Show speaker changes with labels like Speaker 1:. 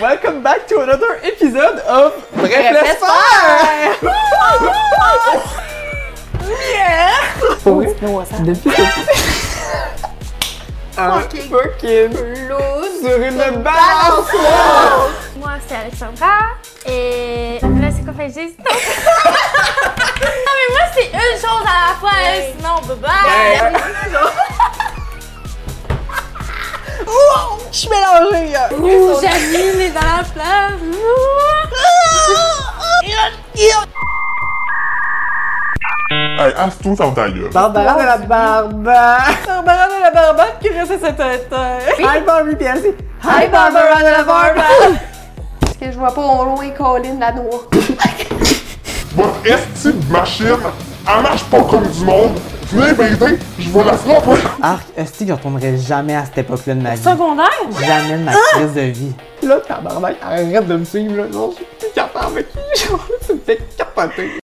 Speaker 1: Welcome back to another episode of Bref, laisse
Speaker 2: Bref,
Speaker 1: faire!
Speaker 2: laisse
Speaker 1: yeah!
Speaker 2: Oh, dites-nous ça.
Speaker 1: Depuis que un
Speaker 2: Fucking
Speaker 1: fucking sur une balance!
Speaker 3: Moi, c'est Alexandra et la psychophagiste. non, Ah, mais moi, c'est une chose à la fois, hein, sinon, bye bye.
Speaker 1: Je suis mélangée! là.
Speaker 3: Ouh, Jamie, mais dans la plage.
Speaker 4: Hey, asse-toi dans ta gueule.
Speaker 1: Barbara de la Barbare! Barbara de la Barbare qui reste à cette tête! Hi Barbie, puis elle dit Hi Barbara de la Barbare!
Speaker 2: Parce que je vois pas au loin Colin Lanois.
Speaker 4: Votre esti de machine, elle marche pas comme du monde. Venez m'aider, je vais la hein. frapper.
Speaker 5: Arc, hostie, je retournerai jamais à cette époque-là de ma vie.
Speaker 3: Secondaire?
Speaker 5: Jamais de ma crise de vie.
Speaker 1: Puis là, tabarnak, arrête de me suivre, là! Non, je suis plus capable, ok? Genre, c'est peut-être capoté!